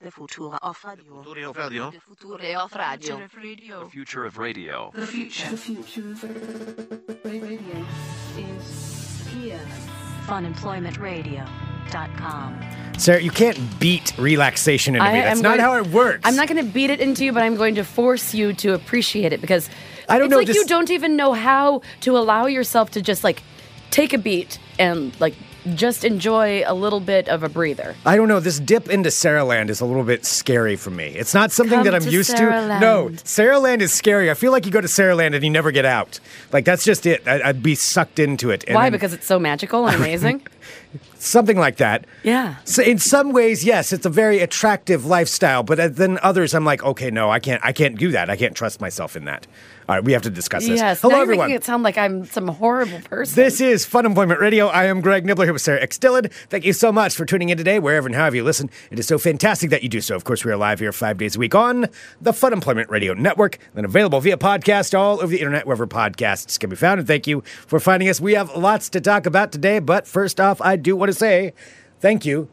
The future of radio. Future of radio. The future of radio. The future of radio. The future. The future of radio is here. Funemploymentradio.com. Sarah, you can't beat relaxation into I me. That's am not going- how it works. I'm not going to beat it into you, but I'm going to force you to appreciate it because I don't it's know, like this- you don't even know how to allow yourself to just like take a beat and like just enjoy a little bit of a breather. I don't know. This dip into Sarah Land is a little bit scary for me. It's not something Come that I'm to used to. Sarah No, Land. Sarah Land is scary. I feel like you go to Sarah Land and you never get out. Like that's just it. I, I'd be sucked into it. And Why? then- Because it's so magical and amazing. something like that. yeah. So in some ways, yes, it's a very attractive lifestyle. But uh, then others, I'm like, okay, no, I can't. I can't do that. I can't trust myself in that. All right, we have to discuss this. Yes. Hello, now you're everyone. making it sound like I'm some horrible person. This is Fun Employment Radio. I am Greg Nibbler here with Sarah X. Dillon. Thank you so much for tuning in today, wherever and however you listen. It is so fantastic that you do so. Of course, we are live here five days a week on the Fun Employment Radio Network, then available via podcast all over the internet, wherever podcasts can be found. And thank you for finding us. We have lots to talk about today, but first off, I do want to say thank you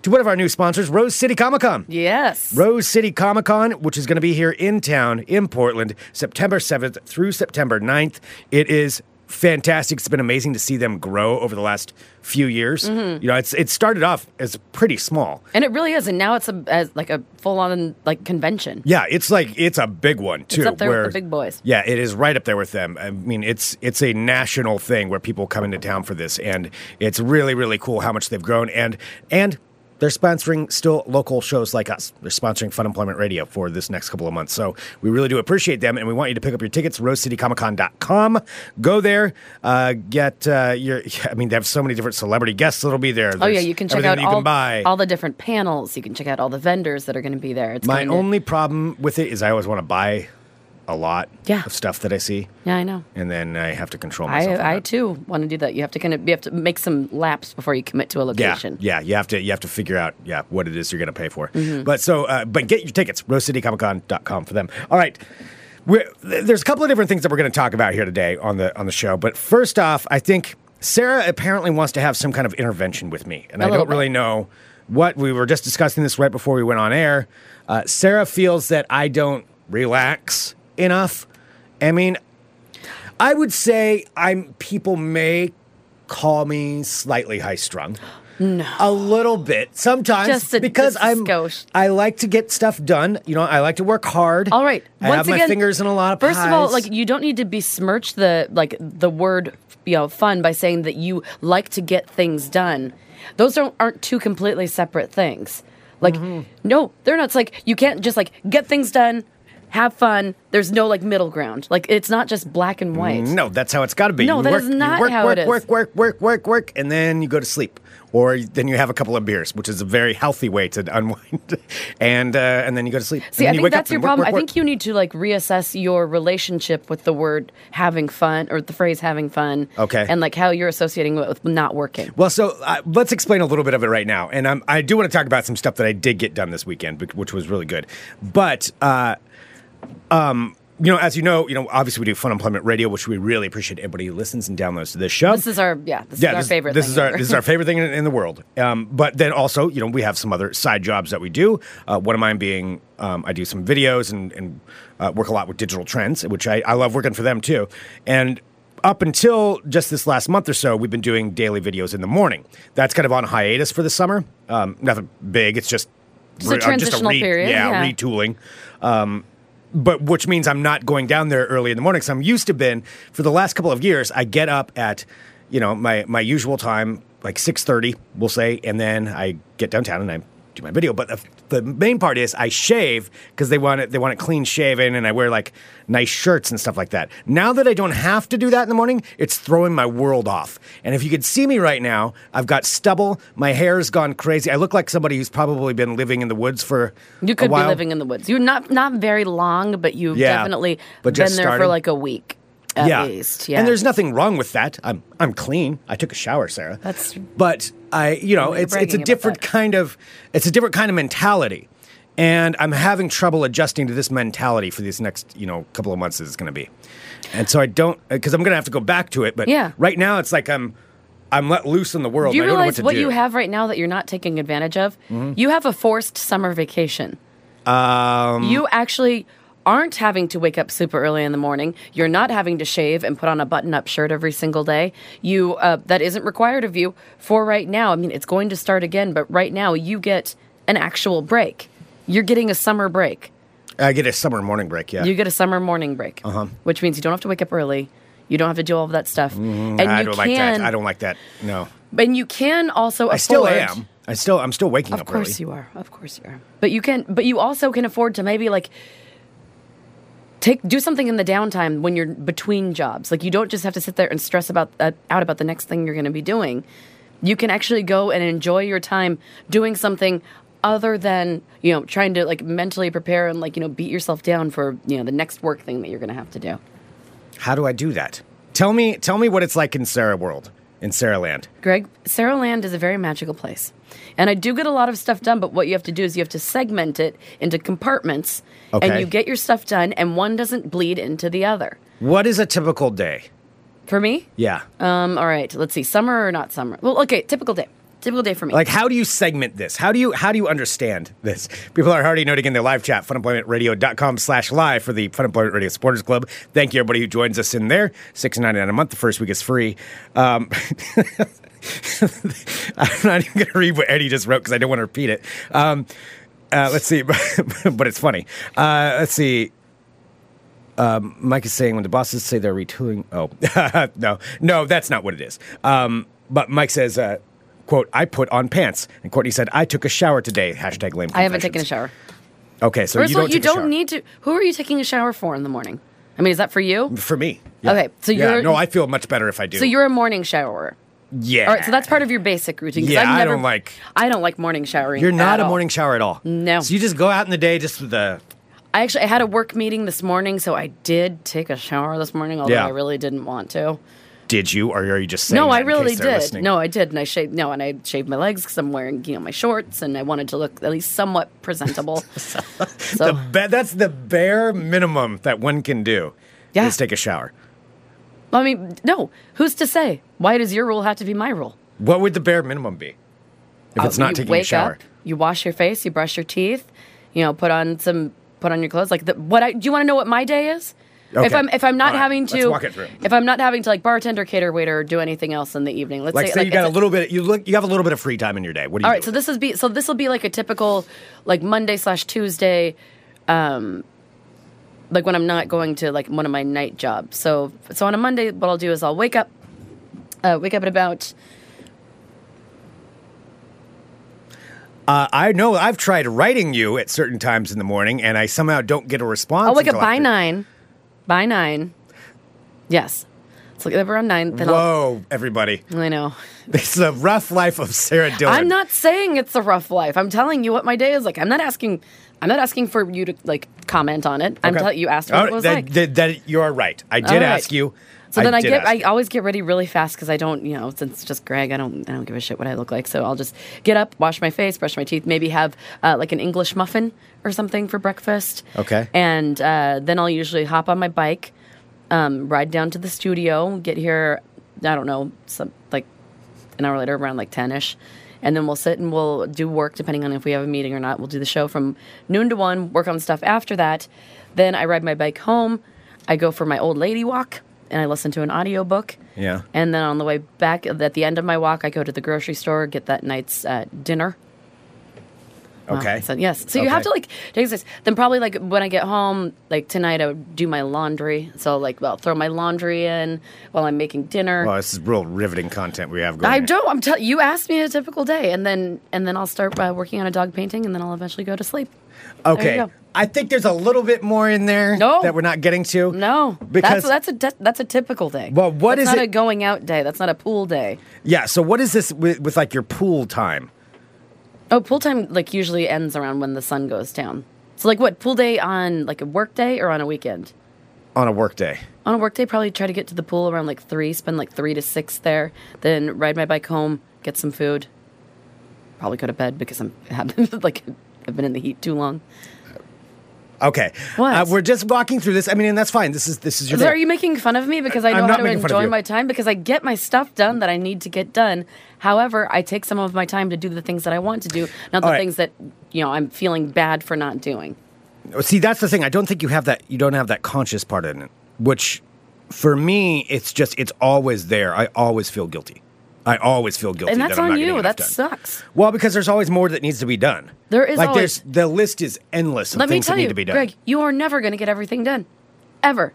to one of our new sponsors, Rose City Comic Con. yes. Rose City Comic Con, which is going to be here in town in Portland, September 7th through September 9th. It is fantastic. It's been amazing to see them grow over the last few years. You know, it's it started off as pretty small. and it really is, and now it's a as like a full on like convention. Yeah, it's like it's a big one too. up there with the big boys. Yeah, it is right up there with them. I mean, it's it's a national thing where people come into town for this, and it's really really cool how much they've grown and and. They're sponsoring still local shows like us. They're sponsoring Fun Employment Radio for this next couple of months. So we really do appreciate them, and we want you to pick up your tickets, rosecitycomiccon.com. Go there, uh, get uh, your, I mean, they have so many different celebrity guests that'll be there. Oh yeah, There's you can check everything out that you all, can buy. all the different panels. You can check out all the vendors that are going to be there. It's My kinda- only problem with it is I always want to buy a lot Yeah. of stuff that I see, Yeah, I know. and then I have to control myself. on I, I that. too want to do that. You have to kind of you have to make some laps before you commit to a yeah, location. yeah, you have to you have to figure out yeah what it is you're going to pay for. But so uh, but get your tickets rosecitycomiccon.com for them. All right. We're, th- there's a couple of different things that we're going to talk about here today on the on the show. But first off, I think Sarah apparently wants to have some kind of intervention with me, and I I little don't really know what we were just discussing this right before we went on air. Uh, Sarah feels that I don't relax enough. I mean, I would say I'm people may call me slightly high strung. No. A little bit sometimes Just a- because just a I'm skosh. I like to get stuff done. You know, I like to work hard. All right. I have Once my again, fingers in a lot of First of all, pies. like you don't need to besmirch the like the word you know fun by saying that you like to get things done. Those don't aren't two completely separate things. Like Mm-hmm. no, they're not. It's like you can't just like get things done, have fun. There's no like middle ground. Like it's not just black and white. No, that's how it's got to be. No, you that work, is you not work, how work, it is. Work, work, work, work, work, and then you go to sleep, or then you have a couple of beers, which is a very healthy way to unwind, and uh, and then you go to sleep. See, I think that's your problem. I think you need to like reassess your relationship with the word having fun or the phrase having fun. Okay. And like how you're associating it with not working. Well, so uh, let's explain a little bit of it right now, and I'm, I do want to talk about some stuff that I did get done this weekend, bec- which was really good. But uh, um, you know, as you know, you know, obviously we do Fun Employment Radio, which we really appreciate everybody who listens and downloads to this show. This is our yeah, this is our this, favorite This thing is our ever. this is our favorite thing in, in the world. Um, but then also, you know, we have some other side jobs that we do. Uh, one of mine being um, I do some videos and, and uh, work a lot with digital trends, which I, I love working for them too. And up until just this last month or so, we've been doing daily videos in the morning. That's kind of on hiatus for the summer. Um, nothing big. It's just Just a uh, transitional period, yeah, yeah. retooling but which means I'm not going down there early in the morning. So I'm used to been for the last couple of years. I get up at you know my my usual time, like six thirty, we'll say, and then I get downtown and I do my video. But the, the main part is I shave because they want it they want it clean shaven, and I wear like nice shirts and stuff like that. Now that I don't have to do that in the morning, it's throwing my world off. And if you could see me right now, I've got stubble, my hair's gone crazy. I look like somebody who's probably been living in the woods for You a could be while. living in the woods. You're not not very long, but you've Yeah, definitely but been just there for starting. like a week at least. Yeah. And there's nothing wrong with that. I'm I'm clean. I took a shower, Sarah. That's- But I, you know, you're it's it's a bragging about different that. kind of it's a different kind of mentality. And I'm having trouble adjusting to this mentality for these next, you know, couple of months that it's going to be. And so I don't because I'm going to have to go back to it, but Yeah. right now it's like I'm I'm let loose in the world. Do you and I don't know realize what what, to do. Mm-hmm. you have right now that you're not taking advantage of? You have a forced summer vacation. Um, you actually aren't having to wake up super early in the morning. You're not having to shave and put on a button-up shirt every single day. You uh, that isn't required of you for right now. I mean, it's going to start again, but right now you get an actual break. You're getting a summer break. I get a summer morning break. Yeah. You get a summer morning break, uh-huh. which means you don't have to wake up early. You don't have to do all of that stuff, and Mm-hmm. I you don't can. like that. I don't like that. No. And you can also. I still afford, am. I still. I'm still waking Of up course early. you are. Of course you are. But you can but you also can afford to maybe like take do something in the downtime when you're between jobs. Like you don't just have to sit there and stress about uh, out about the next thing you're going to be doing. You can actually go and enjoy your time doing something other than, you know, trying to like mentally prepare and like, you know, beat yourself down for, you know, the next work thing that you're going to have to do. How do I do that? Tell me. Tell me what it's like in Sarah World, in Sarah Land. Greg, Sarah Land is a very magical place. And I do get a lot of stuff done, but what you have to do is you have to segment it into compartments Okay. and you get your stuff done and one doesn't bleed into the other. What is a typical day? For me? Yeah. Um, all right, let's see. Summer or not summer? Well, okay, typical day. Typical day for me. Like, how do you segment this? How do you how do you understand this? People are already noting in their live chat, funemploymentradio.com slash live for the Fun Employment Radio Supporters Club. Thank you, everybody who joins us in there. Six ninety nine a month. The first week is free. Um, I'm not even going to read what Eddie just wrote because I don't want to repeat it. Um, uh, let's see, but it's funny. Uh, let's see. Um, Mike is saying when the bosses say they're retooling. Oh, no, no, that's not what it is. Um, but Mike says, uh, "quote I put on pants," and Courtney said, "I took a shower today." Hashtag lame. I haven't taken a confessions." shower. Okay, so First you of all, don't. you take a don't shower. need to. Who are you taking a shower for in the morning? I mean, is that for you? for me. yeah. Okay, so Yeah, you're- no, I feel much better if I do. So you're a morning showerer. yeah. All right, so that's part of your basic routine. 'cause Yeah, I've I never- don't like- I don't like morning showering. You're not at a all. morning shower at all. No. So you just go out in the day, just with the. I actually I had a work meeting this morning, so I did take a shower this morning, although Yeah. I really didn't want to. Did you, or are you just saying? No, that I in case really they're did. listening? No, I did, and I shaved. No, and I shaved my legs because I'm wearing you know my shorts, and I wanted to look at least somewhat presentable. so The ba- that's the bare minimum that one can do. Yeah. Is take a shower. I mean, no, who's to say? Why does your rule have to be my rule? What would the bare minimum be? If it's Uh, not you taking wake a shower. Up, you wash your face, you brush your teeth, you know, put on some, put on your clothes. Like the, what I do you want to know what my day is? If Okay. I'm if I'm not All right, having to, let's walk it through. if I'm not having to like bartender, cater, waiter, or do anything else in the evening, let's Like, say say you it's got a a- little bit. You look. You have a little bit of free time in your day. What do you? All do right, so with this is be so this will be like a typical like Monday slash Tuesday, um, like when I'm not going to like one of my night jobs. So so on a Monday, what I'll do is I'll wake up, uh, wake up at about it? Uh, I know. I've tried writing you at certain times in the morning, and I somehow don't get a response. I'll wake up until Oh, by after- nine, by nine. Yes, it's like around nine. Then Whoa, everybody! I'll, I know. This is a rough life of Sarah Dillon. I'm not saying it's a rough life. I'm telling you what my day is like. I'm not asking. I'm not asking for you to like comment on it. I'm Okay. telling you asked what All it right, was that, like. that- that- you are right. I did All right. ask you. So then I, did get ask I you. always get ready really fast because I don't you know since it's just Greg I don't I don't give a shit what I look like so I'll just get up wash my face brush my teeth maybe have uh, like an English muffin or something for breakfast Okay. and uh, then I'll usually hop on my bike um, ride down to the studio get here I don't know some like an hour later around like 10 ish and then we'll sit and we'll do work depending on if we have a meeting or not we'll do the show from noon to one work on stuff after that then i ride my bike home i go for my old lady walk and i listen to an audiobook Yeah. and then on the way back at the end of my walk i go to the grocery store get that night's uh, dinner Wow. okay. uh, So yes. So you have Okay. to like take this. Then probably like when I get home, like tonight, I would do my laundry. So like, well, throw my laundry in while I'm making dinner. Well, Oh, this is real riveting content we have going. I here. don't. I'm telling you. Asked me a typical day, and then and then I'll start uh, working on a dog painting, and then I'll eventually go to sleep. There you Okay. go. I think there's a little bit more in there No. that we're not getting to. No, Because that's that's a de- that's a typical day. Well, what that's is not it- a going out day. That's not a pool day. yeah. So what is this with, with like your pool time? Oh, pool time like usually ends around when the sun goes down. So like what pool day on like a work day or on a weekend? on a work day. on a workday, probably try to get to the pool around like three, spend like three to six there, then ride my bike home, get some food, probably go to bed because I'm like I've been in the heat too long. Okay. What? Uh, we're just walking through this. I mean, and that's fine. This is this is your. So day. are you making fun of me because I I'm know how not to making fun of enjoy you. my time because I get my stuff done that I need to get done. However, I take some of my time to do the things that I want to do, not the All right. things that you know I'm feeling bad for not doing. See, that's the thing. I don't think you have that. You don't have that conscious part in it, which for me, it's just it's always there. I always feel guilty. I always feel guilty. And that that's I'm not on getting you. enough That done. sucks. Well, because there's always more that needs to be done. There is like always- there's the list is endless of Let me things tell that need you, to be done. Greg, you are never going to get everything done, ever,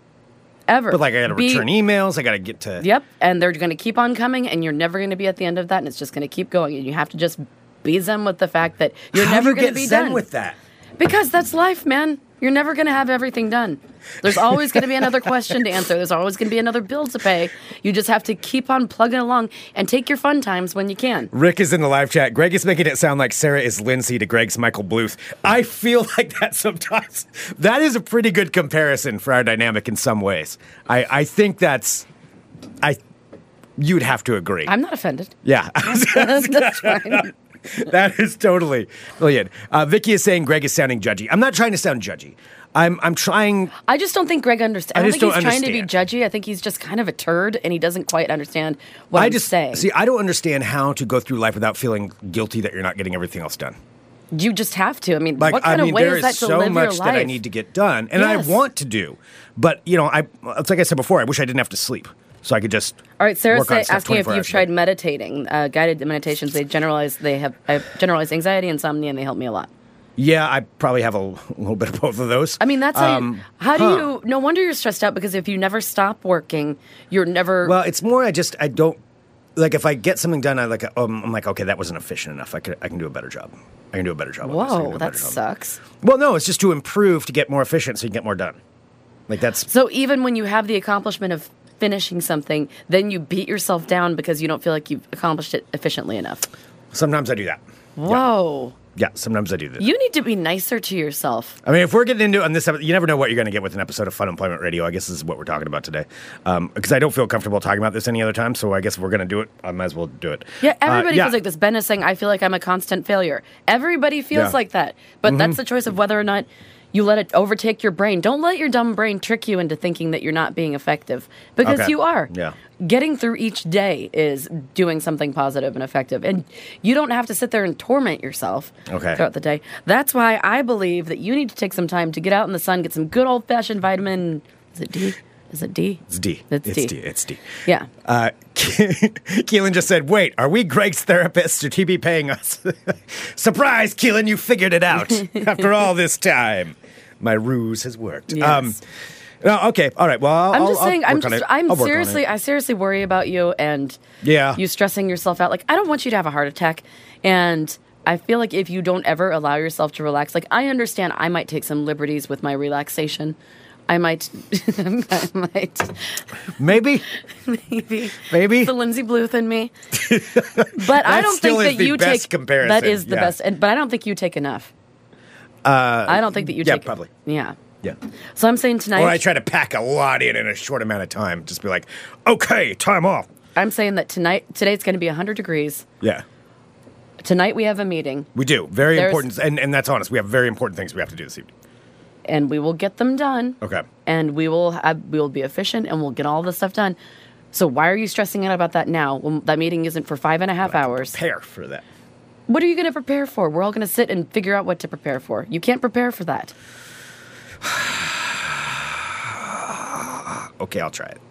ever. but like I got to Be- return emails. I got to get to. Yep, and they're going to keep on coming, and you're never going to be at the end of that, and it's just going to keep going, and you have to just be zen with the fact that you're How do never you going get to be zen done with that? Because that's life, man. You're never going to have everything done. There's always going to be another question to answer. There's always going to be another bill to pay. You just have to keep on plugging along and take your fun times when you can. Rick is in the live chat. Greg is making it sound like Sarah is Lindsay to Greg's Michael Bluth. I feel like that sometimes. That is a pretty good comparison for our dynamic in some ways. I, I think that's I you'd have to agree. I'm not offended. yeah. that's fine. that is totally brilliant. Uh, Vicky is saying Greg is sounding judgy. I'm not trying to sound judgy. I'm I'm trying I just don't think Greg understands. I, I don't just think don't he's trying understand. to be judgy. I think he's just kind of a turd and he doesn't quite understand what I am just saying. see I don't understand how to go through life without feeling guilty that you're not getting everything else done. you just have to. I mean, Like what kind I mean, of way there is that to so live much your life? that I need to get done, and Yes. I want to do, but you know, I it's like I said before, I wish I didn't have to sleep, so I could just. All right, Sarah's work on say, stuff asking if 24 you've hours a tried day. meditating, uh, guided meditations. They generalize. They have I have generalized anxiety, insomnia, and they help me a lot. Yeah, I probably have a l- little bit of both of those. I mean, that's how. you, Um, how do huh. you? No wonder you're stressed out because if you never stop working, you're never. Well, it's more I just I don't like if I get something done, I like um, I'm like okay, that wasn't efficient enough. I could I can do a better job. I can do a better job. on this. I can do Whoa, a that better job. sucks. Well, no, it's just to improve to get more efficient so you can get more done. Like that's So even when you have the accomplishment of finishing something, then you beat yourself down because you don't feel like you've accomplished it efficiently enough. sometimes I do that. Whoa, Yeah, sometimes I do that. you need to be nicer to yourself. I mean, if we're getting into it on this episode, you never know what you're going to get with an episode of Fun Employment Radio. I guess this is what we're talking about today. Because I don't feel comfortable talking about this any other time, so I guess if we're going to do it. I might as well do it. Yeah, Uh, everybody yeah. feels like this. Ben is saying, I feel like I'm a constant failure. Everybody feels Yeah. Mm-hmm. like that. But that's the choice of whether or not you let it overtake your brain. Don't let your dumb brain trick you into thinking that you're not being effective because Okay. you are. Yeah. Getting through each day is doing something positive and effective. And you don't have to sit there and torment yourself Okay. throughout the day. That's why I believe that you need to take some time to get out in the sun, get some good old fashioned vitamin. Is it D? Is it D? It's D. It's, it's D. D. It's D. Yeah. Uh, Keelan just said, wait, are we Greg's therapists? Should he be paying us? Surprise, Keelan, you figured it out after all this time. My ruse has worked. Um, Yes. no, okay. All right. Well, I'll, I'm just I'll- I'll saying. I'm work on just. it. I'm I'll work on it. Ah. seriously. I seriously worry about you and Yeah. you stressing yourself out. Like I don't want you to have a heart attack, and I feel like if you don't ever allow yourself to relax, like I understand, I might take some liberties with my relaxation. I might. I might. Maybe. Maybe. Maybe. The Lindsay Bluth in me. But I That don't still think is that the you best take. comparison, That is the yeah. best. And, but I don't think you take enough. Uh, I don't think that you yeah, take. probably. Yeah. Yeah. So I'm saying tonight. Or I try to pack a lot in in a short amount of time. Just be like, okay, time off. I'm saying that tonight. Today it's going to be 100 degrees. Yeah, Tonight we have a meeting. we do. Very There's- important. And, and that's honest. We have very important things we have to do this evening. and we will get them done. Okay. And we will have, we will be efficient and we'll get all this stuff done. So why are you stressing out about that now? When that meeting isn't for five and a half hours. Prepare for that. What are you going to prepare for? We're all going to sit and figure out what to prepare for. You can't prepare for that. Okay, I'll try it.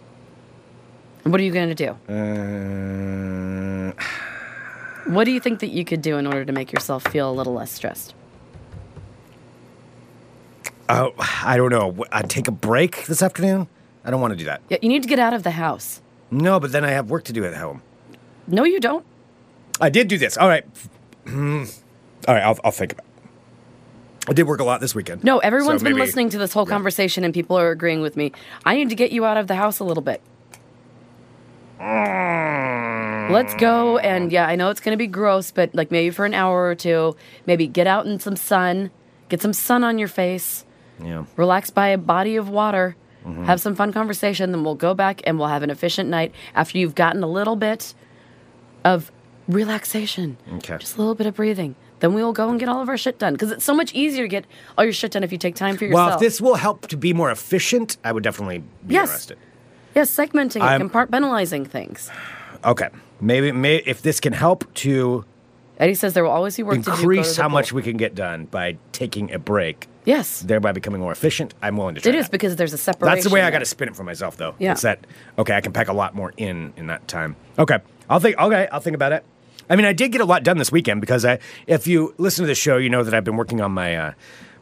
And what are you going to do? Uh, What do you think that you could do in order to make yourself feel a little less stressed? Oh, I don't know. Wh- I take a break this afternoon. I don't want to do that. Yeah, You need to get out of the house. No, but then I have work to do at home. No, you don't. I did do this. All right. Hmm. All right, I'll, I'll think about it. I did work a lot this weekend. No, everyone's everyone's been listening to this whole conversation and people are agreeing with me. I need to get you out of the house a little bit. Let's go and yeah, I know it's going to be gross, but like maybe for an hour or two, maybe get out in some sun, get some sun on your face, Yeah. relax by a body of water, have some fun conversation, then we'll go back and we'll have an efficient night after you've gotten a little bit of relaxation. Okay. Just a little bit of breathing. then we will go and get all of our shit done because it's so much easier to get all your shit done if you take time for yourself. Well, if this will help to be more efficient, I would definitely be Yes. interested. yes, segmenting it, I'm- compartmentalizing things. Okay, maybe may, if this can help to Eddie says there will always be work to do. Go to increase the how bowl. much we can get done by taking a break, Yes, thereby becoming more efficient, I'm willing to try. it is that. because there's a separation. That's the way I there. got to spin it for myself, though. Yeah. It's that okay? I can pack a lot more in in that time. Okay, I'll think. Okay, I'll think about it. I mean, I did get a lot done this weekend because I, if you listen to the show, you know that I've been working on my uh,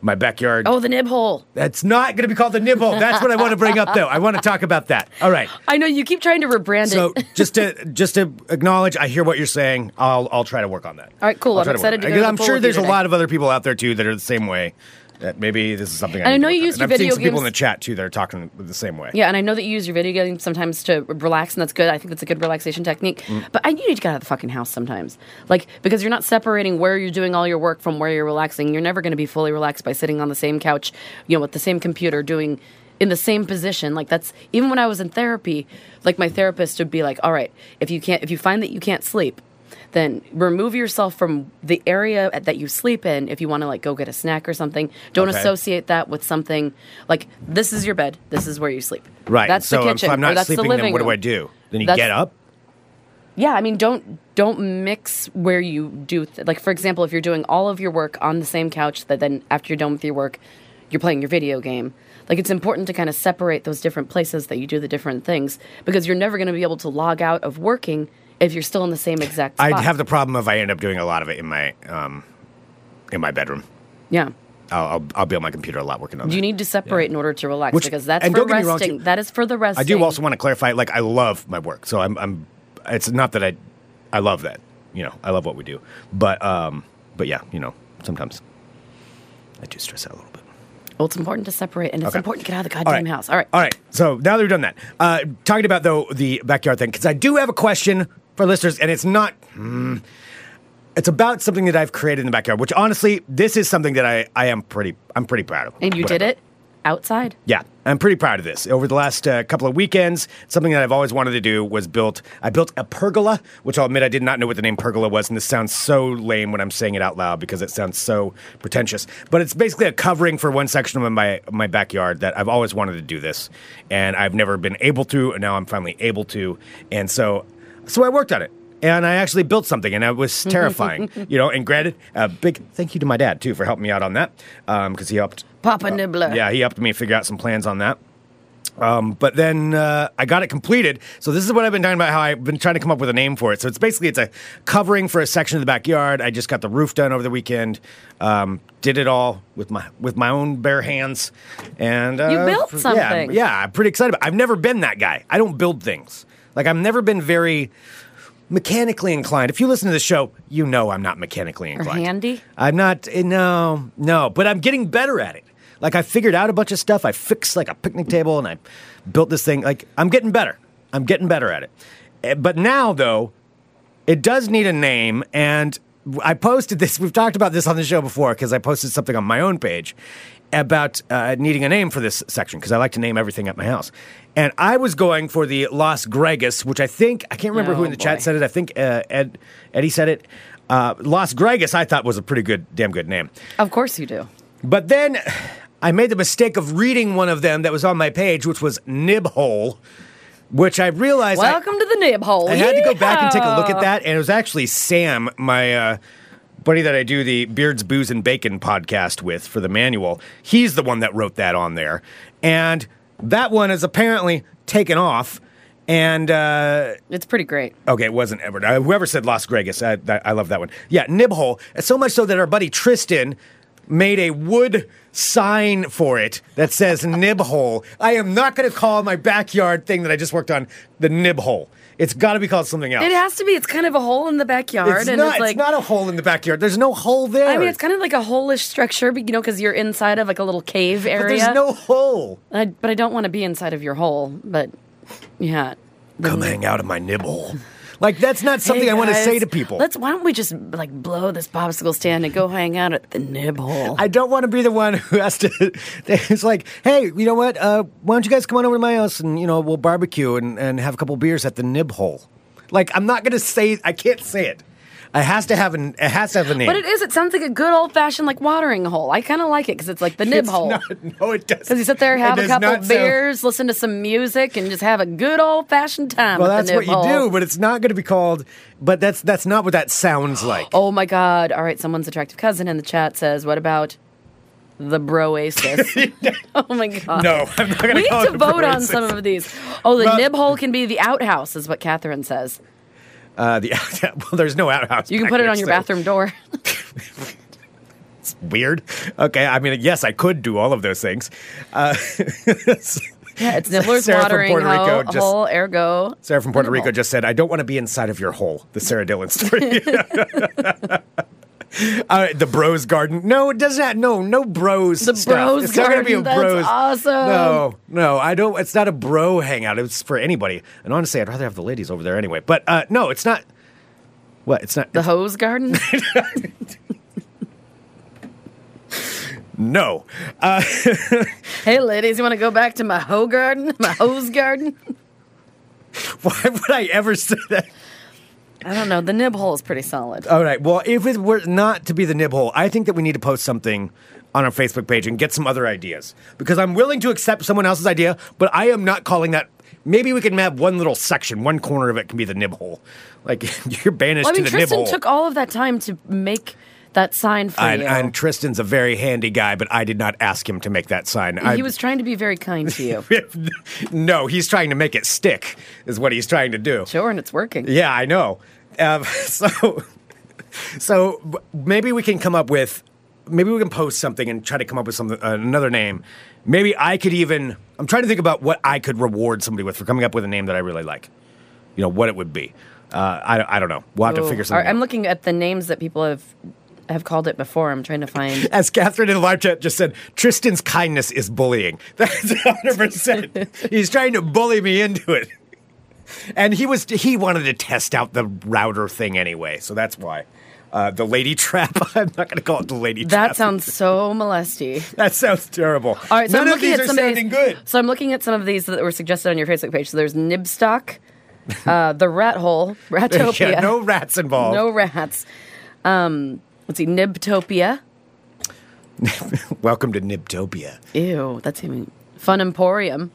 my backyard. Oh, the nib hole. That's not going to be called the nibble. That's what I want to bring up, though. I want to talk about that. All right. I know you keep trying to rebrand So it. just to just to acknowledge, I hear what you're saying. I'll I'll try to work on that. All right, cool. I'll I'm try excited work on to it. go to the I'm pool sure with you there's a today. lot of other people out there too that are the same way. That maybe this is something. I And I need to know work you on. used And your I've seen video some people games- in the chat too that are talking the same way. Yeah, and I know that you use your video game sometimes to r- relax, and that's good. I think that's a good relaxation technique. But I, you need to get out of the fucking house sometimes, like because you're not separating where you're doing all your work from where you're relaxing. You're never going to be fully relaxed by sitting on the same couch, you know, with the same computer doing in the same position. Like that's even when I was in therapy, like my therapist would be like, "All right, if you can't, if you find that you can't sleep." Then remove yourself from the area at- that you sleep in if you want to like go get a snack or something. Don't Okay. associate that with something like this is your bed, this is where you sleep. Right. That's so the um, kitchen. if I'm or not that's sleeping, the then living what do I room. do? Then you That's- get up. Yeah, I mean, don't don't mix where you do. Th- like, for example, if you're doing all of your work on the same couch, that then after you're done with your work, you're playing your video game. Like, it's important to kind of separate those different places that you do the different things because you're never going to be able to log out of working if you're still in the same exact. Spot. I'd have the problem if I end up doing a lot of it in my um, in my bedroom. yeah. I'll, I'll I'll be on my computer a lot working on. that. You need to separate in order to relax Which- because that's and for don't get me wrong, resting. too. that is for the resting. I do also want to clarify. Like, I love my work, so I'm. I'm it's not that I, I love that. You know, I love what we do, but um, but yeah, you know, sometimes I do stress out a little bit. Well, it's important to separate, and it's Okay. important to get out of the All goddamn right. house. All right. All right. So now that we've done that, uh, talking about though the backyard thing, because I do have a question for listeners, and it's not. hmm, it's about something that I've created in the backyard, which honestly, this is something that I, I am pretty I'm pretty proud of. And you Whatever. did it outside. Yeah, I'm pretty proud of this. Over the last uh, couple of weekends, something that I've always wanted to do was built. I built a pergola, which I'll admit I did not know what the name pergola was, and this sounds so lame when I'm saying it out loud because it sounds so pretentious. But it's basically a covering for one section of my my backyard that I've always wanted to do this, and I've never been able to, and now I'm finally able to, and so so I worked on it. And I actually built something, and it was terrifying, you know. And granted, a big thank you to my dad too for helping me out on that, because he helped Papa Nibbler. Uh, yeah, he helped me figure out some plans on that. Um, but then uh, I got it completed. So this is what I've been talking about. How I've been trying to come up with a name for it. So it's basically it's a covering for a section of the backyard. I just got the roof done over the weekend. Um, did it all with my with my own bare hands. And uh, built yeah, something. Yeah, I'm pretty excited. About I've never been that guy. I don't build things. Like I've never been very mechanically inclined. If you listen to the show, you know I'm not mechanically inclined. handy? I'm not. eh, No, no. But I'm getting better at it. Like I figured out a bunch of stuff. I fixed like a picnic table and I built this thing. Like I'm getting better. I'm getting better at it. Eh, But now though, it does need a name and i posted this we've talked about this on the show before because i posted something on my own page about uh, needing a name for this section because i like to name everything at my house and i was going for the las gregas which i think i can't remember who Oh, in the boy. chat said it i think uh, ed eddie said it uh, las gregas i thought was a pretty good damn good name Of course you do. but then I made the mistake of reading one of them that was on my page, which was Nibhole, which I realized I- Welcome to the nib hole. I had to go back and take a look at that, and it was actually Sam, my uh, buddy that I do the Beards, Booze, and Bacon podcast with for the manual. He's the one that wrote that on there, and that one is apparently taken off. And uh, It's pretty great. okay, it wasn't Everett. Uh, whoever said Las Vegas, I, I, I love that one. Yeah, Nibhole. So much so that our buddy Tristan made a wood sign for it that says Nibhole. I am not going to call my backyard thing that I just worked on the Nibhole. It's got to be called something else. It has to be. It's kind of a hole in the backyard, It's and not, it's like. it's not a hole in the backyard. There's no hole there. I mean, it's kind of like a hole-ish structure, but, you know, because you're inside of like a little cave but area. there's no hole. I, but I don't want to be inside of your hole. But yeah, Come hang out in my nibble. Like that's not something Hey, I want to guys, say to people. Let's. Why don't we just like blow this popsicle stand and go hang out at the nib hole? I don't want to be the one who has to. It's like, hey, you know what? Uh, why don't you guys come on over to my house and you know we'll barbecue and, and have a couple beers at the nib hole. Like I'm not gonna say I can't say it. It has to have an. It has to have a name. But it is. It sounds like a good old fashioned like watering hole. I kind of like it because it's like the nib It's hole. not- no, it doesn't. Because you sit there, It have a does couple not of sound- beers, listen to some music, and just have a good old fashioned time. well, at that's the what nib you hole. do, but it's not going to be called. But that's that's not what that sounds like. Oh my God! All right, someone's attractive cousin in the chat says, "What about the broasis?" oh my God! No, I'm not going we to need call to it vote on Broasis. some of these. Oh, the Well- nib hole can be the outhouse, is what Catherine says. Uh, the well, there's no outhouse. You can back put it there, on your so bathroom door. It's weird. Okay, I mean, yes, I could do all of those things. Uh, yeah, it's Nibbler's Sarah from watering Puerto ho- Rico just- hole, ergo. Sarah from Puerto Nib hole. Rico just said, "I don't want to be inside of your hole." The Sarah Dillon story. All right, the Bros Garden. No, it does not. No, no Bros. The stuff. Bros It's not gonna be a Garden, that's Bros. awesome. No, no, I don't. It's not a bro hangout. It's for anybody. And honestly, I'd rather have the ladies over there anyway. But uh, no, it's not. What? It's not. The hose garden? no. hey, ladies, you want to go back to my hoe garden? My hose garden? Why would I ever say that? I don't know. The nib hole is pretty solid. All right. Well, if it were not to be the nib hole, I think that we need to post something on our Facebook page and get some other ideas because I'm willing to accept someone else's idea, but I am not calling that. Maybe we can have one little section, one corner of it can be the nib hole. Like you're banished Well, I mean, to the nib Tristan hole. took all of that time to make that sign for and, you. and Tristan's a very handy guy, but I did not ask him to make that sign. I, he was trying to be very kind to you. no, he's trying to make it stick, is what he's trying to do. sure, and it's working. Yeah, I know. Um, so, so b- maybe we can come up with, maybe we can post something and try to come up with something, uh, another name. Maybe I could even. I'm trying to think about what I could reward somebody with for coming up with a name that I really like. You know what it would be. Uh, I I don't know. We'll have Oh, to figure all something. right, I'm out. looking at the names that people have have called it before. I'm trying to find. As Catherine in the live chat just said, Tristan's kindness is bullying. That's 100. percent He's trying to bully me into it. And he was he wanted to test out the router thing anyway, so that's why. Uh, the lady trap. I'm not going to call it the lady trap. That sounds so molesty. That sounds terrible. All right, so None I'm of looking these at are some of sounding these, good. So I'm looking at some of these that were suggested on your Facebook page. So there's Nibstock, uh, the Rat Hole, Ratopia, Yeah, no rats involved. no rats. Um, let's see, Nibtopia. Welcome to Nibtopia, Ew, that's even Fun Emporium.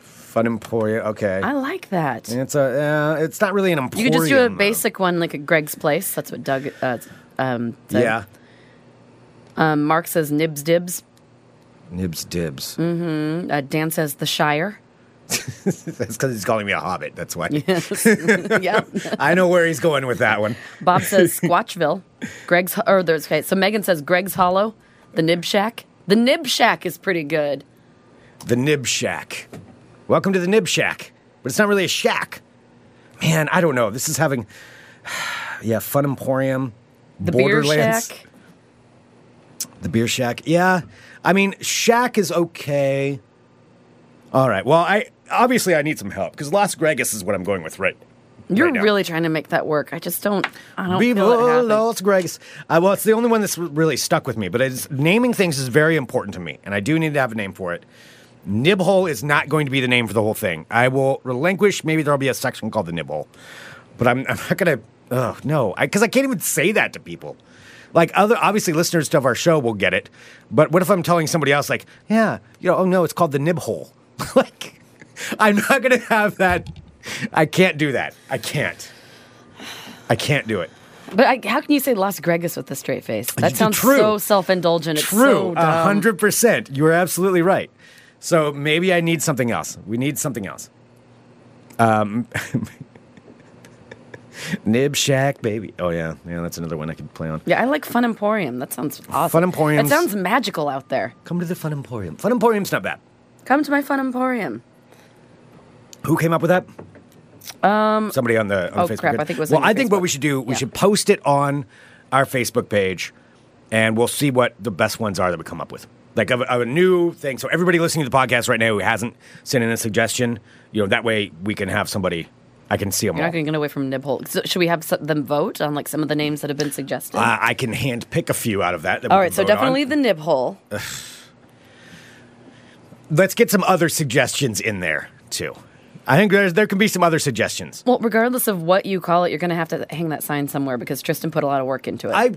Fun Emporia. Okay, I like that. it's a. Uh, it's not really an You emporium. could just do a though. basic one like a Greg's Place. That's what Doug uh, um, said. Yeah, Um, Mark says Nibs Dibs. Nibs dibs. Uh, Dan says The Shire. That's because he's calling me a hobbit. That's why. yeah. I know where he's going with that one. Bob says Squatchville. Greg's or there's okay. So Megan says Greg's Hollow, the Nib Shack. The Nib Shack is pretty good. The Nib Shack. Welcome to the Nib Shack. But it's not really a shack. Man, I don't know. This is having, yeah, Fun Emporium, The Beer Borderlands, Shack. the Beer Shack. Yeah, I mean, Shack is okay. All right. Well, I obviously I need some help because Las Gregas is what I'm going with, right? You're right now. really trying to make that work. I just don't. I don't Viva feel it happening. Las Gregas. Uh, well, it's the only one that's r- really stuck with me. But it's, naming things is very important to me, and I do need to have a name for it. Nibhole is not going to be the name for the whole thing. I will relinquish. Maybe there'll be a section called the Nibhole, but I'm, I'm not gonna. Oh no, because I, can't even say that to people. Like other, obviously, listeners of our show will get it. But what if I'm telling somebody else, like, yeah, you know, oh no, it's called the Nibhole. like, I'm not gonna have that. I can't do that. I can't. I can't do it. But I, how can you say Las Gregas with a straight face? That d- sounds true. so self-indulgent. It's True, so a dumb. hundred percent. You are absolutely right. So maybe I need something else. We need something else. Um, Nib Shack, baby. Oh yeah, yeah. That's another one I could play on. Yeah, I like Fun Emporium. That sounds awesome. Fun Emporium. That sounds magical out there. Come to the Fun Emporium. Fun Emporium's not bad. Come to my Fun Emporium. Who came up with that? Um, somebody on the on oh, the Facebook crap, page. I think it was Well, on your I think what we Facebook. should do, we Yeah. should post it on our Facebook page, and we'll see what the best ones are that we come up with. Like of, of a new thing. So everybody listening to the podcast right now who hasn't sent in a suggestion, you know, that way we can have somebody. I can see them You're all. not going to get away from Nibhole. So should we have some, them vote on like some of the names that have been suggested? I, I can hand pick a few out of that. that we All can right, so Ah. vote on. definitely the Nibhole. Let's get some other suggestions in there too. I think there's, there can be some other suggestions. Well, regardless of what you call it, you're going to have to hang that sign somewhere because Tristan put a lot of work into it. I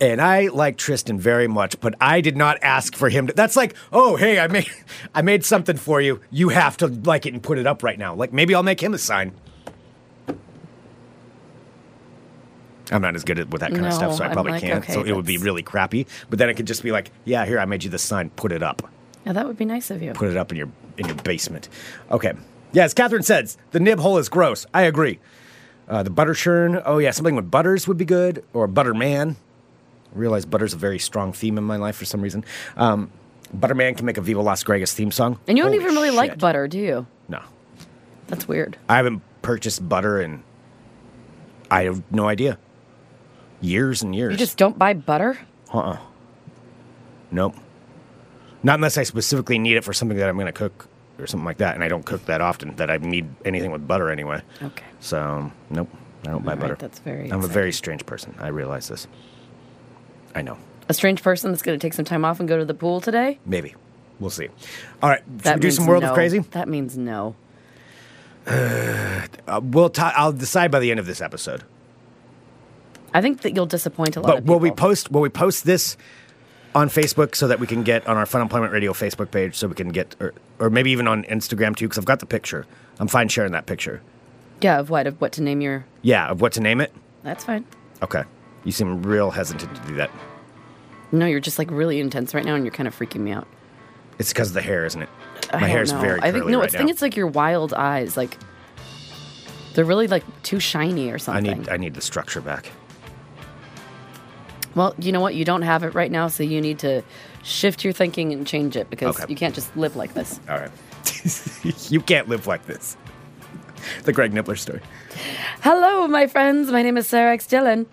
and I like Tristan very much, but I did not ask for him to. That's like, oh hey, I made I made something for you. You have to like it and put it up right now. Like maybe I'll make him a sign. I'm not as good at with that kind of stuff, No, so I I'm probably like, can't. okay, so it would be that's- really crappy. But then it could just be like, yeah, here I made you the sign. Put it up. yeah, that would be nice of you. Put it up in your in your basement. Okay. Yeah, as Catherine says, the nib hole is gross. I agree. Uh, the butter churn. Oh yeah, something with butters would be good, or butterman. I realize butter's a very strong theme in my life for some reason. Um, butterman can make a Viva Las Vegas theme song. And you don't Holy even really like shit. butter, do you? No, That's weird. I haven't purchased butter in. I have no idea. Years and years. You just don't buy butter? Uh-uh. Nope. Not unless I specifically need it for something that I'm going to cook or something like that, and I don't cook that often. That I need anything with butter anyway. Okay. So nope, I don't buy Alright, butter. that's I'm very a exciting. very strange person. I realize this. I know. A strange person that's going to take some time off and go to the pool today? Maybe. We'll see. All right. Should That we do means some world no. of crazy? That means no. Uh, we'll. i I'll decide by the end of this episode. I think that you'll disappoint a lot But of will we people. post? Will we post this on Facebook so that we can get on our Fun Employment Radio Facebook page so we can get, or, or maybe even on Instagram too? Because I've got the picture. I'm fine sharing that picture. yeah, of what? Of what to name your. Yeah, of what to name it. That's fine. Okay, you seem real hesitant to do that. No, you're just like really intense right now and you're kind of freaking me out. It's because of the hair, isn't it? I My don't hair's know. very curly I think no, right it's- now. I think it's like your wild eyes. Like they're really like too shiny or I something. need I need the structure back. well, you know what? You don't have it right now, so you need to shift your thinking and change it because Okay. you can't just live like this. All right, you can't live like this. The Greg Nibbler story. Hello, my friends. My name is Sarah X Dillon.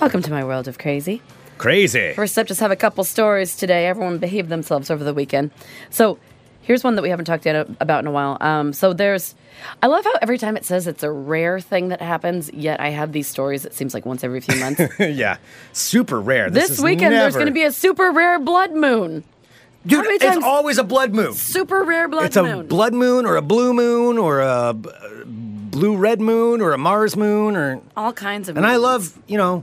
Welcome to my world of crazy. Crazy. First up, just have a couple stories today. Everyone behaved themselves over the weekend. So here's one that we haven't talked yet about in a while. Um, so there's, I love how every time it says it's a rare thing that happens, yet I have these stories. It seems like once every few months. yeah, super rare. This, this is weekend, there's never- going to be a super rare blood moon. Dude, many it's times- always a blood moon. Super rare blood it's moon. a blood moon or a blue moon or a b- blue red moon or a Mars moon or All kinds of. and I moons. love you know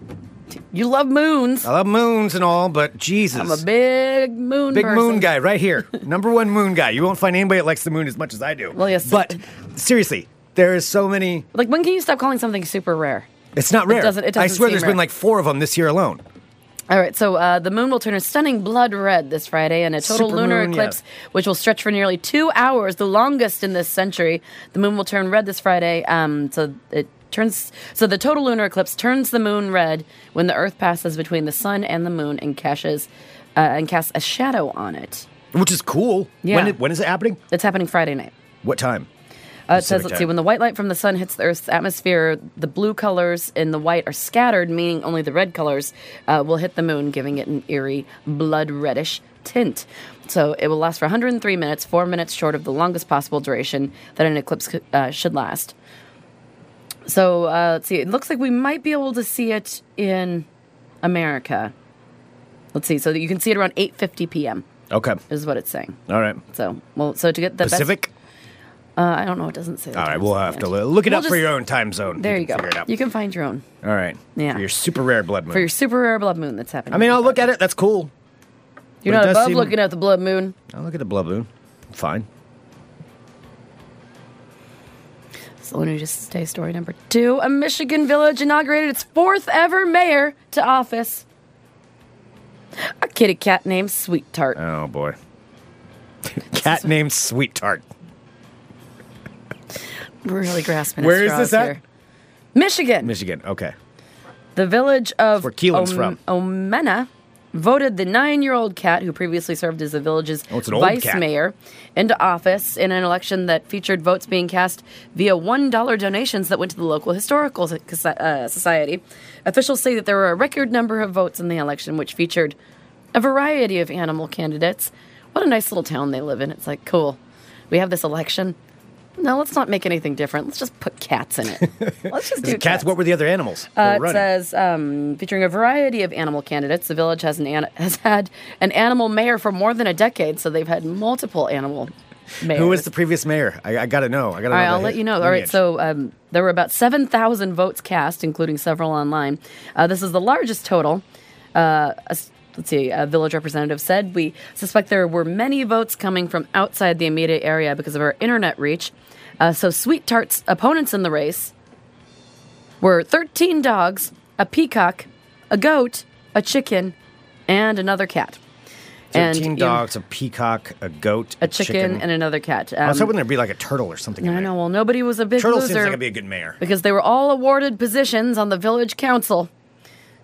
you. Love moons. I love moons and all, but Jesus, I'm a big moon. big moon person. guy right here, number one moon guy. You won't find anybody that likes the moon as much as I do. Well, yes. but seriously, there is so many. Like when can you stop calling something super rare? It's not rare. doesn't- it I doesn't swear, seem there's rare. been like four of them this year alone. All right, so uh, the moon will turn a stunning blood red this Friday in a total Super lunar moon, eclipse, which will stretch for nearly two hours, the longest in this century. The moon will turn red this Friday, um, so it turns. So the total lunar eclipse turns the moon red when the Earth passes between the sun and the moon and caches uh, and casts a shadow on it. Which is cool. Yeah. When, it- when is it happening? It's happening Friday night. What time? Uh, it says, Pacific let's time. see, when the white light from the sun hits the Earth's atmosphere, the blue colors in the white are scattered, meaning only the red colors uh, will hit the moon, giving it an eerie blood reddish tint. So it will last for 103 minutes, four minutes short of the longest possible duration that an eclipse could- uh, should last. So uh, let's see, it looks like we might be able to see it in America. Let's see, so that you can see it around 8.50 p.m. Okay. is what it's saying. All right. So, well, so to get the best- Pacific. uh, I don't know. It doesn't say. the All right. times We'll at the have to end. lo- look it We'll up for just- your own time zone. There you, can go. Figure it out. You can find your own All right. Yeah. For your super rare blood moon. for your super rare blood moon that's happening. I mean, I'll look at it. That's cool. but it You're not does above seem- looking at the blood moon. I'll look at the blood moon. Fine. So let me just say story number two. A Michigan village inaugurated its fourth ever mayor to office. A kitty cat named Sweet Tart. Oh boy. Cat named Sweet Tart. We're really grasping. at Where is straws this at? here. Michigan. Michigan. Okay. The village of where Keelan's from. Omena voted the nine-year-old cat, who previously served as the village's Oh, it's an old vice cat. mayor, into office in an election that featured votes being cast via one-dollar donations that went to the local historical S- uh, society. Officials say that there were a record number of votes in the election, which featured a variety of animal candidates. What a nice little town they live in! It's like cool. We have this election. No, let's not make anything different. Let's just put cats in it. Let's just do Cats, What were the other animals? that uh, were it running? says um, featuring a variety of animal candidates. The village has an an- has had an animal mayor for more than a decade, so they've had multiple animal mayors. Who was the previous mayor? I, I got to know. I got to know. All right, the I'll let hi- you know. All right, lineage. so um, there were about 7,000 votes cast, including several online. Uh, this is the largest total. Uh, a s- let's see, a village representative said we suspect there were many votes coming from outside the immediate area because of our internet reach. Uh, so, Sweet Tart's opponents in the race were 13 dogs, a peacock, a goat, a chicken, and another cat. 13 you know, dogs, a peacock, a goat, a chicken, and another cat. Um, I was hoping there'd be like a turtle or something. in I there. know. Well, nobody was a big Turtle loser seems like it'd be a good mayor. because they were all awarded positions on the village council.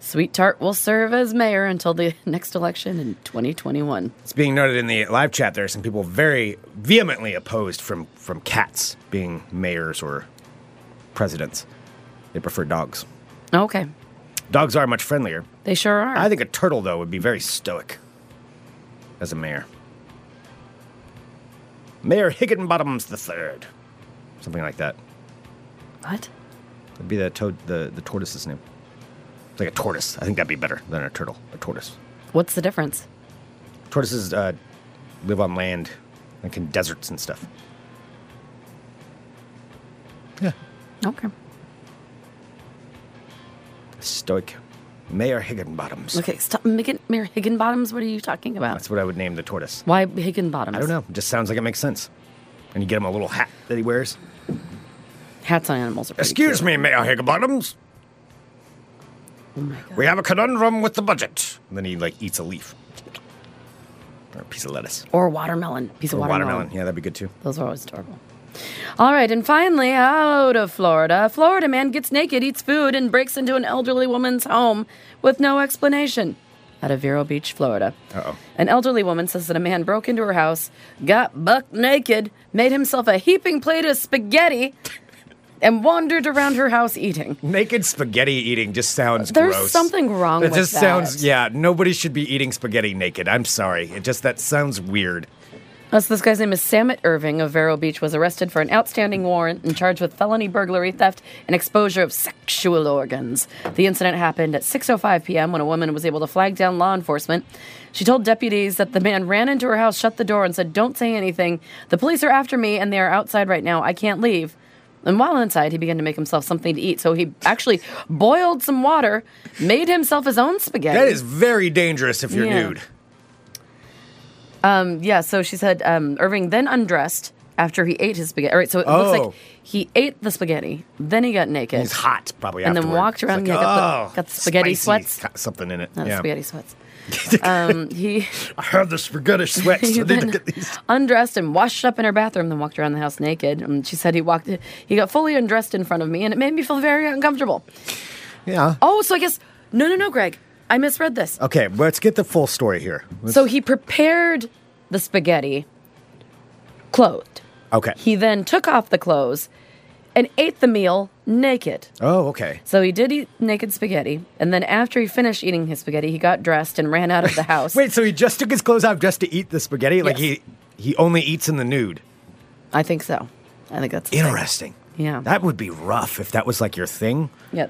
Sweet Tart will serve as mayor until the next election in 2021. It's being noted in the live chat. There are some people very vehemently opposed from from cats being mayors or presidents. They prefer dogs. Okay, Dogs are much friendlier. they sure are. I think a turtle though would be very stoic as a mayor. Mayor Higginbottoms the third, something like that. what? That'd be the toad, the the tortoise's name. It's like a tortoise. I think that'd be better than a turtle. A tortoise. What's the difference? Tortoises uh, live on land, like in deserts and stuff. Okay. Stoic. Mayor Higginbottoms. Okay. Stop, Megan, Mayor Higginbottoms. What are you talking about? That's what I would name the tortoise. Why Higginbottoms? I don't know. It just sounds like it makes sense. And you get him a little hat that he wears. Hats on animals are. pretty Excuse cute. me, Mayor Higginbottoms. Oh We have a conundrum with the budget. And then he like eats a leaf. Or a piece of lettuce. Or watermelon. Piece Or of watermelon. Yeah, that'd be good too. Those are always adorable. All right, and finally, out of Florida, a Florida man gets naked, eats food, and breaks into an elderly woman's home with no explanation. Out of Vero Beach, Florida. Uh-oh. An elderly woman says that a man broke into her house, got buck naked, made himself a heaping plate of spaghetti, and wandered around her house eating. Naked spaghetti eating just sounds There's gross. something wrong It with just that. sounds yeah, nobody should be eating spaghetti naked. I'm sorry. It just that sounds weird. Uh, so this guy's name is Samet Irving of Vero Beach was arrested for an outstanding warrant and charged with felony burglary, theft, and exposure of sexual organs. The incident happened at 6:05 p.m. when a woman was able to flag down law enforcement. She told deputies that the man ran into her house, shut the door, and said, "Don't say anything. The police are after me, and they are outside right now. I can't leave." And while inside, he began to make himself something to eat. So he actually boiled some water, made himself his own spaghetti. That is very dangerous if you're Yeah. nude. Yeah, so she said um, Irving then undressed after he ate his spaghetti. All right, so it looks Oh. like he ate the spaghetti, then he got naked. He's hot probably And then afterward. walked It's oh, around and got the- got the spaghetti spicy sweats. got something in it. Not yeah. spaghetti sweats. um, he I have the spaghetti sweats. he I need to then get these. undressed and washed up in her bathroom, then walked around the house naked. And she said he walked, he got fully undressed in front of me, and it made me feel very uncomfortable. Yeah. Oh, so I guess no, no, no, Greg, I misread this. Okay, let's get the full story here. Let's- So he prepared the spaghetti, clothed. okay. He then took off the clothes and ate the meal naked. oh, okay. So he did eat naked spaghetti, and then after he finished eating his spaghetti, he got dressed and ran out of the house. Wait, so he just took his clothes off just to eat the spaghetti? Like Yes. he he only eats in the nude. I think so. I think that's Interesting. Yeah. That would be rough if that was like your thing. Yep.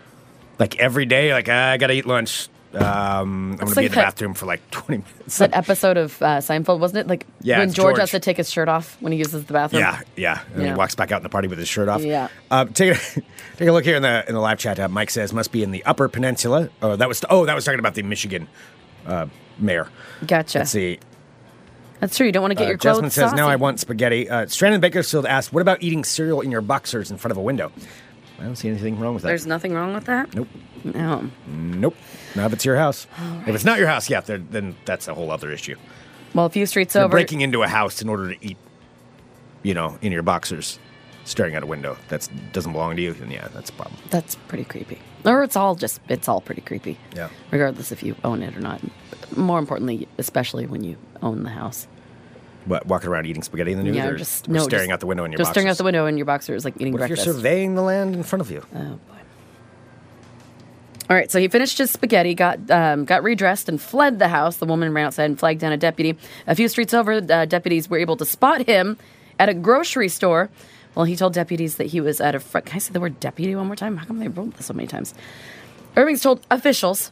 Like every day, like "Ah, I gotta eat lunch. Um, I'm gonna be like in the that- bathroom for like 20 minutes. That episode of uh, Seinfeld wasn't it? Like Yeah, when it's George, George. has to take his shirt off when he uses the bathroom. Yeah, yeah. And Yeah. he walks back out in the party with his shirt off. Yeah. Uh, take a take a look here in the in the live chat. Uh, Mike says must be in the Upper Peninsula. Oh, that was oh that was talking about the Michigan uh, mayor. Gotcha. Let's see. That's true. You don't want to get Uh, your clothes Jasmine says now saucy." I want spaghetti. Uh, Strandon Bakersfield asked, "What about eating cereal in your boxers in front of a window?" I don't see anything wrong with that. There's nothing wrong with that. nope, No. nope. Not if it's your house. If it's not your house, yeah, then then that's a whole other issue. Well, a few streets You're over. breaking into a house in order to eat, you know, in your boxers, staring out a window. That doesn't belong to you. Then yeah, that's a problem. That's pretty creepy. Or it's all just it's all pretty creepy. Yeah. Regardless if you own it or not. More importantly, especially when you own the house. What, walking around eating spaghetti in the news? Yeah, or just or no, staring just- out the window in your just boxers? staring out the window in your boxer is like eating What if you're breakfast. surveying the land in front of you? oh boy. All right, so he finished his spaghetti, got um, got redressed, and fled the house. The woman ran outside and flagged down a deputy. A few streets over, uh, deputies were able to spot him at a grocery store. Well, he told deputies that he was at a. Fr- Can I say the word deputy one more time? How come they wrote this so many times? Irving's told officials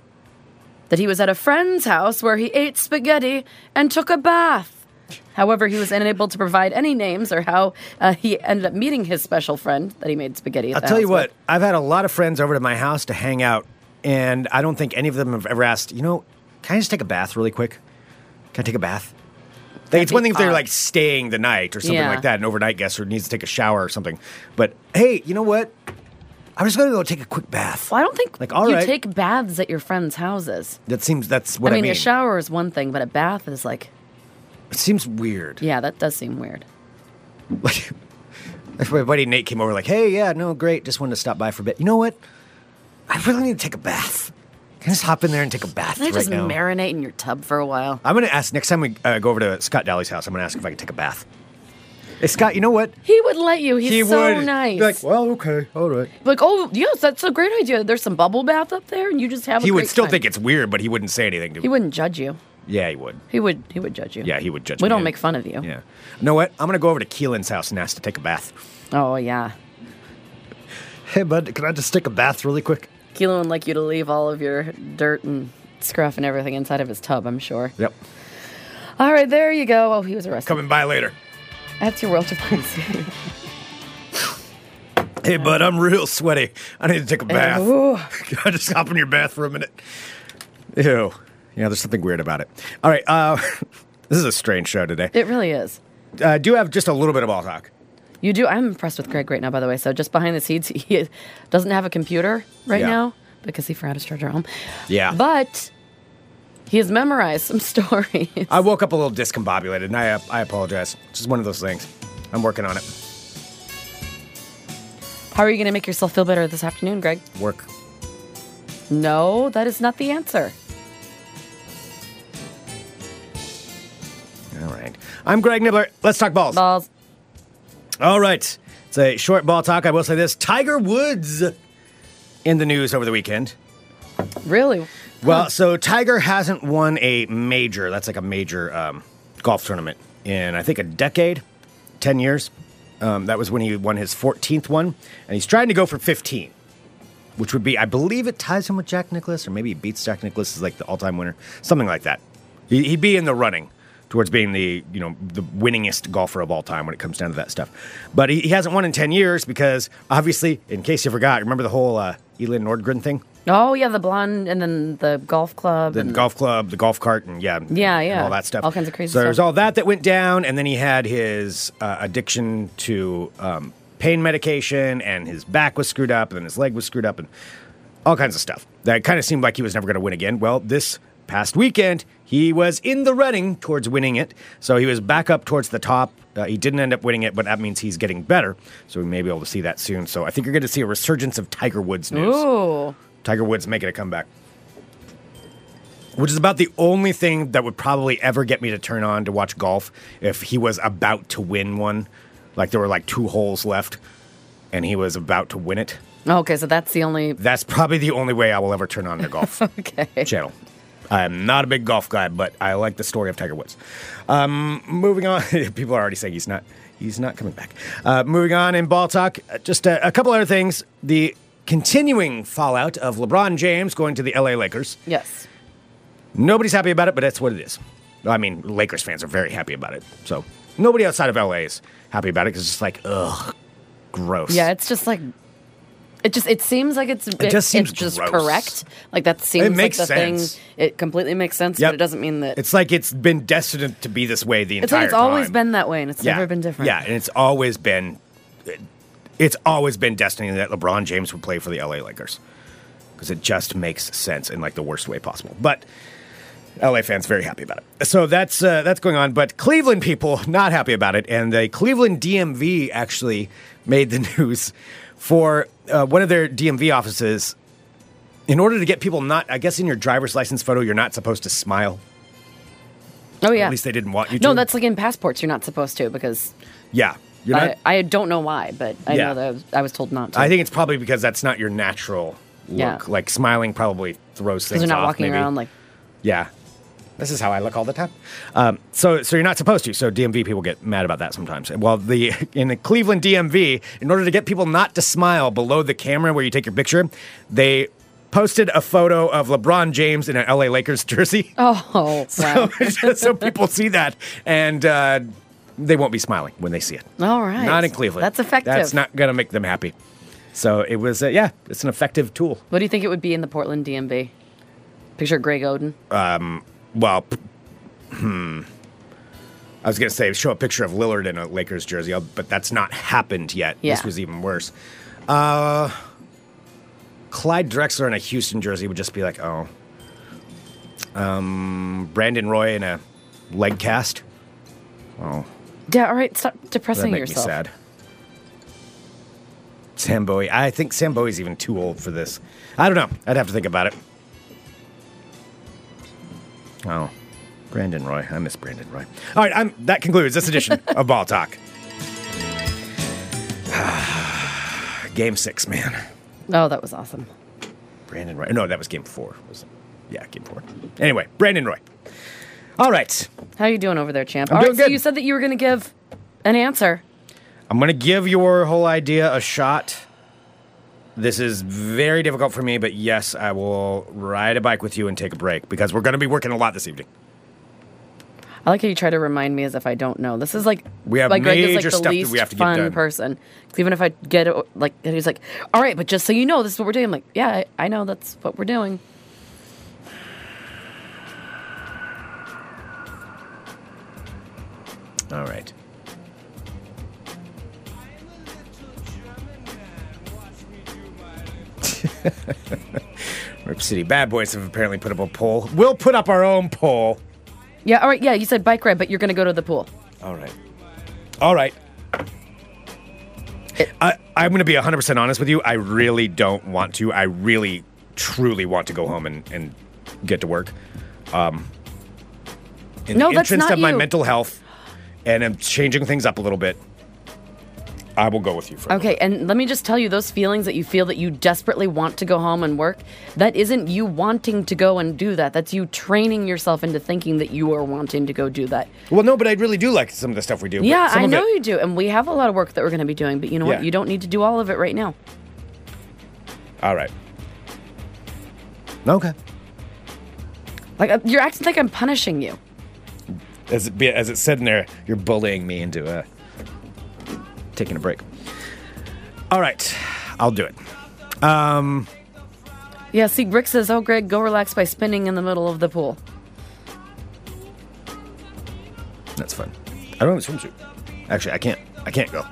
that he was at a friend's house where he ate spaghetti and took a bath. However, he was unable to provide any names or how uh, he ended up meeting his special friend that he made spaghetti. At I'll the tell you house with. what, I've had a lot of friends over to my house to hang out, and I don't think any of them have ever asked, you know, can I just take a bath really quick? Can I take a bath? Like, it's be one thing if they're fun. like staying the night or something Yeah. like that, an overnight guest or needs to take a shower or something. But hey, you know what? I'm just gonna go take a quick bath. Well, I don't think Like, all you right. take baths at your friends' houses. That seems that's what I mean. a shower is one thing, but a bath is like, it seems weird. yeah, that does seem weird. Like, my buddy Nate came over, like, hey, yeah, no, great. Just wanted to stop by for a bit. You know what? I really need to take a bath. Can I just hop in there and take a bath Can I right just now? marinate in your tub for a while? I'm going to ask next time we uh, go over to Scott Daly's house. I'm going to ask if I can take a bath. Hey, Scott, you know what? He would let you. He's so nice. Be like, well, okay, all right. Like, oh, yes, that's a great idea. There's some bubble bath up there, and you just have. He a would great still time. think it's weird, but he wouldn't say anything to He me. wouldn't judge you. Yeah, he would. He would. He would judge you. Yeah, he would judge We me. don't make fun of you. Yeah. You know what? I'm going to go over to Keelan's house and ask to take a bath. Oh yeah. Hey, bud, can I just take a bath really quick? Keelan would like you to leave all of your dirt and scruff and everything inside of his tub. I'm sure. Yep. All right, there you go. Oh, he was arrested. Coming by later. That's your world of fantasy. Hey, bud, I'm real sweaty. I need to take a bath. ooh. Can I just hop in your bath for a minute? Ew. Yeah, there's something weird about it. All right. Uh, this is a strange show today. it really is. Uh, I do have just a little bit of all talk. You do. I'm impressed with Greg right now, by the way. So just behind the scenes, he doesn't have a computer right Yeah. now because he forgot his charger at home. Yeah. But he has memorized some stories. I woke up a little discombobulated, and I, uh, I apologize. It's just one of those things. I'm working on it. How are you going to make yourself feel better this afternoon, Greg? Work. No, that is not the answer. All right. I'm Greg Nibbler. Let's talk balls. Balls. All right. It's a short ball talk. I will say this Tiger Woods in the news over the weekend. Really? Well, so Tiger hasn't won a major. That's like a major um, golf tournament in I think a decade, ten years. Um, that was when he won his 14th one, and he's trying to go for 15, which would be I believe it ties him with Jack Nicklaus, or maybe he beats Jack Nicklaus as like the all-time winner, something like that. He, he'd be in the running towards being the you know the winningest golfer of all time when it comes down to that stuff. But he, he hasn't won in 10 years because obviously, in case you forgot, remember the whole uh, Elin Nordgren thing. Oh, yeah, the blonde and then the golf club. The and golf club, the golf cart, and yeah, Yeah, and yeah. all that stuff, All kinds of crazy So there's stuff. all that that went down, and then he had his uh, addiction to um, pain medication, and his back was screwed up, and then his leg was screwed up, and all kinds of stuff. That kind of seemed like he was never going to win again. Well, this past weekend, he was in the running towards winning it, so he was back up towards the top. Uh, he didn't end up winning it, but that means he's getting better, so we may be able to see that soon. So I think you're going to see a resurgence of Tiger Woods news. Ooh. Tiger Woods making a comeback. Which is about the only thing that would probably ever get me to turn on to watch golf if he was about to win one. Like there were like two holes left and he was about to win it. Okay, so that's the only. That's probably the only way I will ever turn on the golf Okay. channel. I'm not a big golf guy, but I like the story of Tiger Woods. Um, moving on, people are already saying he's not he's not coming back. Uh, moving on in ball talk, uh, just a, a couple other things. The continuing fallout of LeBron James going to the LA Lakers. Yes. Nobody's happy about it, but that's what it is. I mean, Lakers fans are very happy about it. So nobody outside of LA is happy about it because it's just like ugh, gross. Yeah, it's just like. It just it seems like it's it, just seems it's just gross. correct. Like that seems makes like the sense. thing. It completely makes sense, Yep. but it doesn't mean that It's like it's been destined to be this way the It's entire like it's always time. been that way, and it's never been different. Yeah, and it's always been it's always been destiny that LeBron James would play for the LA Lakers because it just makes sense in like the worst way possible. But LA fans very happy about it. So that's uh, that's going on, but Cleveland people not happy about it, and the Cleveland DMV actually made the news for uh, one of their DMV offices. In order to get people not, I guess in your driver's license photo, you're not supposed to smile. Oh yeah. At least they didn't want you to. No, that's like in passports. You're not supposed to because yeah. You're I, not, I don't know why, but I Yeah. know that I was, I was told not to. I think it's probably because that's not your natural look. Yeah. Like smiling probably throws things because you're not off, walking maybe. around like yeah. This is how I look all the time. Um, so, so you're not supposed to. So DMV people get mad about that sometimes. Well, the in the Cleveland DMV, in order to get people not to smile below the camera where you take your picture, they posted a photo of LeBron James in an LA Lakers jersey. Oh, wow. So, just so people see that and uh, they won't be smiling when they see it. All right. Not in Cleveland. That's effective. That's not going to make them happy. So it was, uh, yeah, it's an effective tool. What do you think it would be in the Portland DMV? Picture Greg Oden. Well, p- hmm. I was going to say show a picture of Lillard in a Lakers jersey, uh, but that's not happened yet. Yeah. This was even worse. Uh, Clyde Drexler in a Houston jersey would just be like, oh. Um, Brandon Roy in a leg cast. Oh. yeah, all right. Stop That depressing make yourself. me sad. Sam Bowie. I think Sam Bowie's even too old for this. I don't know. I'd have to think about it. Oh, Brandon Roy. I miss Brandon Roy. All right, I'm, that concludes this edition of Ball Talk. game six, man. Oh, that was awesome. Brandon Roy. No, that was game four. Was yeah, game four. Anyway, Brandon Roy. All right, How you doing over there, champ? I'm All right, doing so good. you said that you were going to give an answer. I'm going to give your whole idea a shot. This is very difficult for me, but yes, I will ride a bike with you and take a break because we're going to be working a lot this evening. I like how you try to remind me as if I don't know. This is like We have like Greg is like major the stuff that we least have to get fun done. person. 'Cause even if I get it, like and he's like, all right, but just so you know, this is what we're doing. I'm like, yeah, I, I know that's what we're doing. All right. Rip City Bad Boys have apparently put up a poll. We'll put up our own poll. Yeah, all right, yeah. You said bike ride, but you're going to go to the pool. All right. All right. I, I'm going to be 100% honest with you. I really don't want to. I really, truly want to go home and, and get to work. Um, in No, the that's interest not of my you. mental health, and I'm changing things up a little bit, I will go with you for a Okay, and let me just tell you those feelings that you feel that you desperately want to go home and work, that isn't you wanting to go and do that. That's you training yourself into thinking that you are wanting to go do that. Well, no, but I really do like some of the stuff we do. but yeah, some I of know it- you do. And we have a lot of work that we're going to be doing, but you know Yeah. what? You don't need to do all of it right now. All right. Okay. Like uh, you're acting like I'm punishing you. As it, be- as it said in there, you're bullying me into uh, taking a break. All right, I'll do it. Yeah, see, Rick says, "Oh, Greg, go relax by spinning in the middle of the pool." That's fun. I don't have a swimsuit. Actually, I can't. I can't go.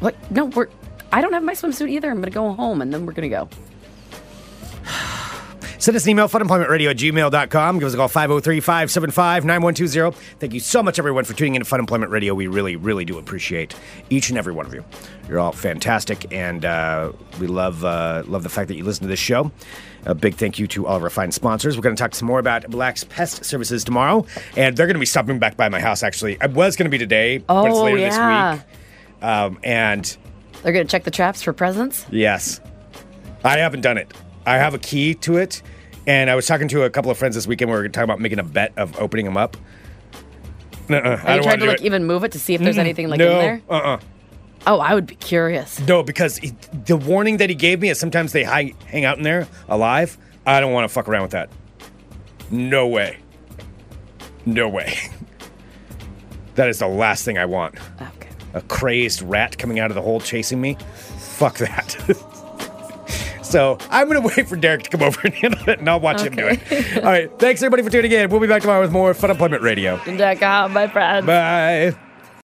What? No, we're. I don't have my swimsuit either. I'm gonna go home, and then we're gonna go. Send us an email, funemploymentradio at gmail.com. Give us a call, 503-575-9120. Thank you so much, everyone, for tuning in to Fun Employment Radio. We really, really do appreciate each and every one of you. You're all fantastic, and uh, we love uh, love the fact that you listen to this show. A big thank you to all of our fine sponsors. We're going to talk some more about Black's Pest Services tomorrow, and they're going to be stopping back by my house, actually. I was going to be today, but it's Oh, later yeah. this week. Um, and... They're gonna check the traps for presents. Yes. I haven't done it. I have a key to it. And I was talking to a couple of friends this weekend. We were talking about making a bet of opening them up. Nuh-uh, I Are you don't want trying to to like do it. Mm, even move it to see if there's anything like no, in there? Uh uh Oh, I would be curious. No, because he, the warning that he gave me is sometimes they hang, hang out in there alive. I don't want to fuck around with that. No way. No way. that is the last thing I want. Okay. a crazed rat coming out of the hole chasing me. Fuck that. so I'm gonna wait for Derek to come over and handle it, and I'll watch him do it. All right, thanks everybody for tuning in. We'll be back tomorrow with more Fun Employment Radio. Check out my friends. Bye.